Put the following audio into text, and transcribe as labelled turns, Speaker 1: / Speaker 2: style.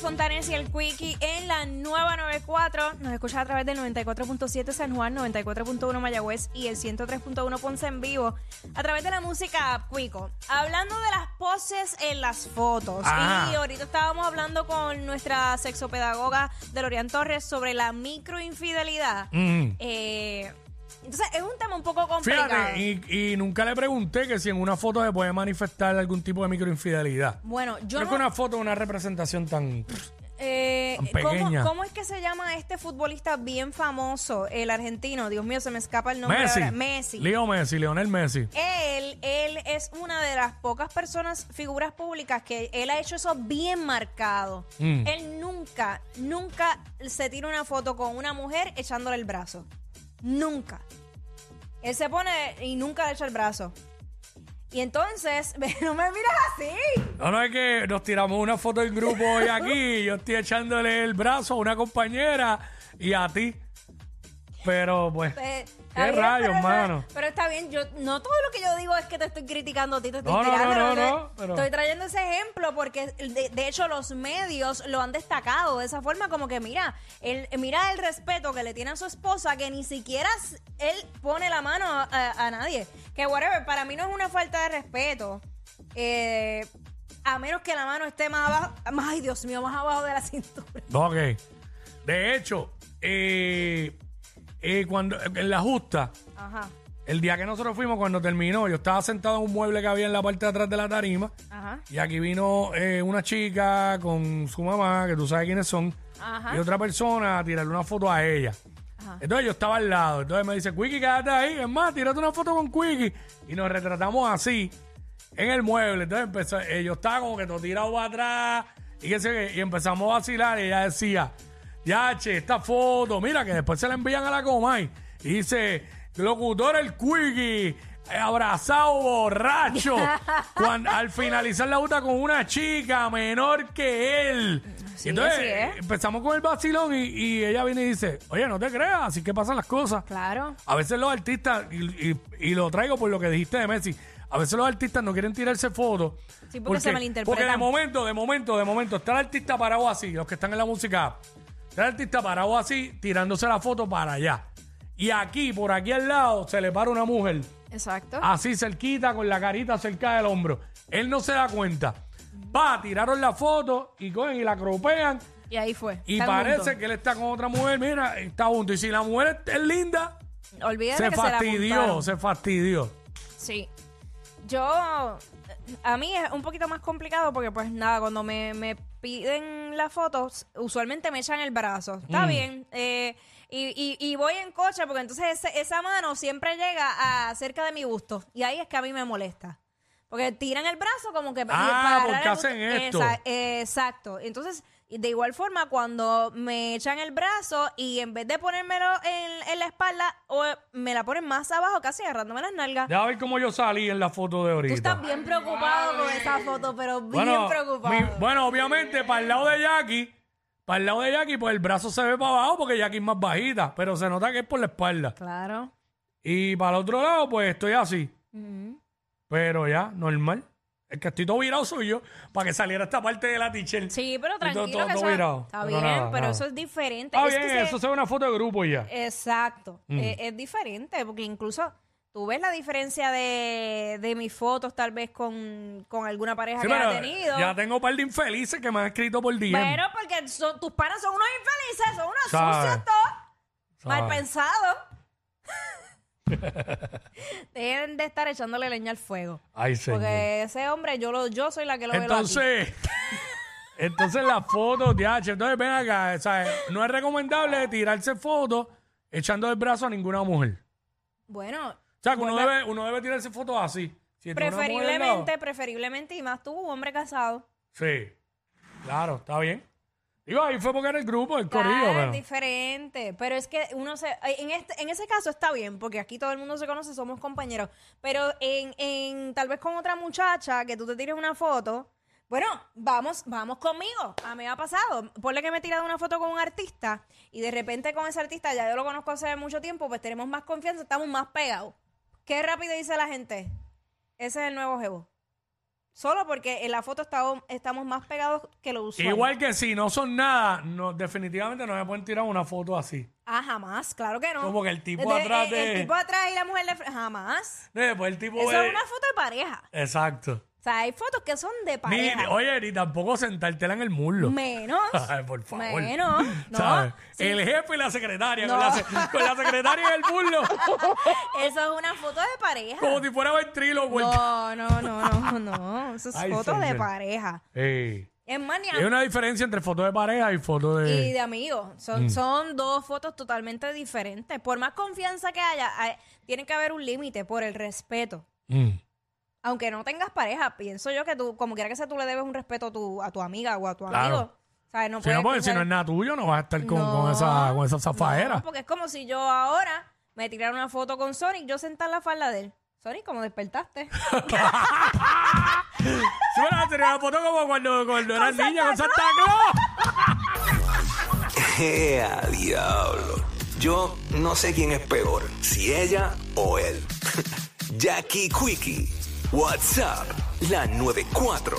Speaker 1: Fontanes y el Quickie en la nueva 94. Nos escuchas a través del 94.7 San Juan, 94.1 Mayagüez y el 103.1 Ponce en vivo. A través de la música app, Cuico. Hablando de las poses en las fotos.
Speaker 2: Ajá.
Speaker 1: Y ahorita estábamos hablando con nuestra sexopedagoga Delorian Torres sobre la microinfidelidad.
Speaker 2: Mm.
Speaker 1: Eh, entonces, es un tema un poco complicado.
Speaker 2: Fíjate, y, y nunca le pregunté que si en una foto se puede manifestar algún tipo de microinfidelidad.
Speaker 1: bueno, yo
Speaker 2: Creo
Speaker 1: no-
Speaker 2: que una foto es una representación tan...
Speaker 1: Eh,
Speaker 2: Tan
Speaker 1: ¿cómo,
Speaker 2: pequeña.
Speaker 1: cómo es que se llama este futbolista bien famoso, el argentino? Dios mío, se me escapa el nombre.
Speaker 2: Messi.
Speaker 1: ahora. Messi.
Speaker 2: Leo Messi, Leonel Messi.
Speaker 1: él, él es una de las pocas personas, figuras públicas, que él ha hecho eso bien marcado.
Speaker 2: Mm.
Speaker 1: Él nunca, nunca se tira una foto con una mujer echándole el brazo. Nunca. Él se pone y nunca le echa el brazo. Y entonces, no me miras así.
Speaker 2: No, no es que nos tiramos una foto en grupo hoy aquí. yo estoy echándole el brazo a una compañera y a ti. Pero pues...
Speaker 1: Pues,
Speaker 2: ¿Qué
Speaker 1: está bien,
Speaker 2: rayos,
Speaker 1: pero-
Speaker 2: mano?
Speaker 1: Pero está bien, yo no todo lo que yo digo es que te estoy criticando a ti, te estoy
Speaker 2: No, no,
Speaker 1: tirando,
Speaker 2: no, no,
Speaker 1: te-
Speaker 2: no, pero-
Speaker 1: Estoy trayendo ese ejemplo porque de, de hecho los medios lo han destacado de esa forma como que mira, él, mira el respeto que le tiene a su esposa que ni siquiera s- él pone la mano a, a- a nadie. Que whatever, para mí no es una falta de respeto. eh, a menos que la mano esté más abajo, más- ay Dios mío, más abajo de la cintura.
Speaker 2: Ok. De hecho, eh, eh, cuando, en la justa,
Speaker 1: Ajá,
Speaker 2: el día que nosotros fuimos, cuando terminó, yo estaba sentado en un mueble que había en la parte de atrás de la tarima.
Speaker 1: ajá,
Speaker 2: Y aquí vino eh, una chica con su mamá, que tú sabes quiénes son,
Speaker 1: Ajá.
Speaker 2: y otra persona a tirarle una foto a ella.
Speaker 1: Ajá.
Speaker 2: Entonces yo estaba al lado. Entonces me dice, Quiki, quédate ahí. Es más, tírate una foto con Quiki. Y nos retratamos así, en el mueble. Entonces empezó, eh, yo estaba como que todo tirado para atrás. Y, qué sé yo qué. y empezamos a vacilar. Y ella decía, ya, che, esta foto, mira, que después se la envían a la Comay. Y dice, locutor el Quiki. eh, Abrazado, borracho, cuan- al finalizar la ruta con una chica menor que él.
Speaker 1: Sí,
Speaker 2: Entonces
Speaker 1: así es.
Speaker 2: empezamos con el vacilón y, y ella viene y dice, oye, no te creas, así que pasan las cosas.
Speaker 1: claro.
Speaker 2: A veces los artistas, y, y- y lo traigo por lo que dijiste de Messi, a veces los artistas no quieren tirarse fotos.
Speaker 1: Sí, porque se malinterpretan.
Speaker 2: Porque de momento, de momento, de momento, está el artista parado así, los que están en la música, está el artista parado así, tirándose la foto para allá. Y aquí, por aquí al lado, se le para una mujer
Speaker 1: Exacto.
Speaker 2: así cerquita, con la carita cerca del hombro. Él no se da cuenta. Va, tiraron la foto y cogen y la cropean.
Speaker 1: Y ahí fue.
Speaker 2: Y
Speaker 1: Están
Speaker 2: parece
Speaker 1: juntos.
Speaker 2: que él está con otra mujer. Mira, está junto. Y si la mujer es, es linda,
Speaker 1: Olvídate
Speaker 2: se
Speaker 1: que
Speaker 2: fastidió,
Speaker 1: se la apuntaron.
Speaker 2: se fastidió.
Speaker 1: Sí. Yo, a mí es un poquito más complicado porque pues nada, cuando me, me piden las fotos, usualmente me echan el brazo.
Speaker 2: Mm.
Speaker 1: Está bien. eh, y, y- y voy en coche porque entonces ese- esa mano siempre llega a cerca de mi gusto. Y ahí es que a mí me molesta. Porque tiran el brazo como que...
Speaker 2: Ah,
Speaker 1: agarrar
Speaker 2: porque
Speaker 1: el
Speaker 2: hacen
Speaker 1: gusto.
Speaker 2: esto.
Speaker 1: Esa- Exacto. Entonces, de igual forma, cuando me echan el brazo y en vez de ponérmelo en, en la espalda, o me la ponen más abajo, casi agarrándome las nalgas.
Speaker 2: Deja ver cómo yo salí en la foto de
Speaker 1: Tú estás
Speaker 2: ahorita.
Speaker 1: bien preocupado con esa foto, pero bien preocupado.
Speaker 2: mi- bueno, obviamente, para el lado de Jackie, para el lado de Jackie, pues el brazo se ve para abajo porque Jackie es más bajita, pero se nota que es por la espalda.
Speaker 1: Claro.
Speaker 2: Y para el otro lado, pues estoy así. Pero ya, normal. El que estoy todo virado soy yo, para que saliera esta parte de la teacher.
Speaker 1: Sí, pero
Speaker 2: Estoy todo-
Speaker 1: tranquilo
Speaker 2: todo-
Speaker 1: que
Speaker 2: todo
Speaker 1: eso-
Speaker 2: virado.
Speaker 1: está
Speaker 2: No,
Speaker 1: bien,
Speaker 2: nada,
Speaker 1: pero
Speaker 2: nada.
Speaker 1: eso es diferente.
Speaker 2: Ah,
Speaker 1: Es
Speaker 2: bien,
Speaker 1: que se-
Speaker 2: eso Mm. se ve una foto de grupo y ya.
Speaker 1: Exacto, Eh, es, diferente, porque incluso tú ves la diferencia de, de mis fotos tal vez con, con alguna pareja
Speaker 2: Sí,
Speaker 1: que
Speaker 2: pero
Speaker 1: has tenido.
Speaker 2: Ya tengo un par de infelices que me han escrito por DM.
Speaker 1: Pero porque son- tus panas son unos infelices, son unos
Speaker 2: Sabe.
Speaker 1: sucios todos, mal
Speaker 2: ¿Sabes?
Speaker 1: pensados. Deben de estar echándole leña al fuego.
Speaker 2: Ay, señor.
Speaker 1: Porque ese hombre, yo lo, yo soy la que lo veo aquí.
Speaker 2: Entonces, entonces las fotos, de H, entonces ven acá, ¿sabes? no es recomendable tirarse fotos echando el brazo a ninguna mujer.
Speaker 1: Bueno,
Speaker 2: O sea, que uno debe, uno debe tirarse fotos así. Si tiene una mujer al lado-
Speaker 1: preferiblemente, preferiblemente, y más tú, un hombre casado.
Speaker 2: Sí. Claro, está bien. Digo, ahí fue porque era el grupo, el corrido.
Speaker 1: Claro,
Speaker 2: pero-
Speaker 1: es diferente. Pero es que uno se. En, este, en ese caso está bien, porque aquí todo el mundo se conoce, somos compañeros. Pero en, en tal vez con otra muchacha que tú te tires una foto. Bueno, vamos, vamos conmigo. A mí me ha pasado. Ponle que me he tirado una foto con un artista y de repente con ese artista, ya yo lo conozco hace mucho tiempo, pues tenemos más confianza, estamos más pegados. Qué rápido dice la gente. Ese es el nuevo jevo. Solo porque en la foto está- estamos más pegados que lo usual.
Speaker 2: Igual que si no son nada, no, definitivamente no me pueden tirar una foto así.
Speaker 1: Ah, jamás, claro que no.
Speaker 2: Como que el tipo
Speaker 1: De-
Speaker 2: atrás
Speaker 1: eh, El,
Speaker 2: de-
Speaker 1: tipo atrás y la mujer de fr- Jamás.
Speaker 2: Después el tipo
Speaker 1: Eso
Speaker 2: de-
Speaker 1: es una foto de pareja.
Speaker 2: Exacto.
Speaker 1: O sea, hay fotos que son de
Speaker 2: Ni-
Speaker 1: pareja.
Speaker 2: oye, ni tampoco sentártela en el muslo.
Speaker 1: Menos.
Speaker 2: Ay, por favor.
Speaker 1: Menos. No.
Speaker 2: ¿Sabes?
Speaker 1: Sí.
Speaker 2: El jefe y la secretaria.
Speaker 1: No.
Speaker 2: Con, la, se- con la secretaria en el muslo.
Speaker 1: Eso es una foto de pareja.
Speaker 2: como si fuera ventrílogo.
Speaker 1: No, no, no, no, no. Eso es
Speaker 2: Ay,
Speaker 1: foto de
Speaker 2: señor.
Speaker 1: pareja.
Speaker 2: Ey.
Speaker 1: Es más, ni a-
Speaker 2: Hay una diferencia entre fotos de pareja y fotos de...
Speaker 1: y de amigos. Son,
Speaker 2: Mm.
Speaker 1: son dos fotos totalmente diferentes. Por más confianza que haya, hay- tiene que haber un límite por el respeto.
Speaker 2: Mm.
Speaker 1: Aunque no tengas pareja, pienso yo que tú, como quiera que sea, tú le debes un respeto a tu, a tu amiga o a tu
Speaker 2: Claro.
Speaker 1: amigo. O sea, no
Speaker 2: Si
Speaker 1: puedes
Speaker 2: no, porque si
Speaker 1: cruzar-
Speaker 2: no es nada tuyo, no vas a estar con,
Speaker 1: No,
Speaker 2: con esa, con esa
Speaker 1: no,
Speaker 2: zafajera.
Speaker 1: porque es como si yo ahora me tirara una foto con Sonic, yo sentar la falda de él. Sonic, como despertaste.
Speaker 2: Si fuera a tener una foto como cuando, cuando eras niña con Santa Claus.
Speaker 3: ¡Ea, diablo! Yo no sé quién es peor, si ella o él. Jackie Quickie, WhatsApp, la 94.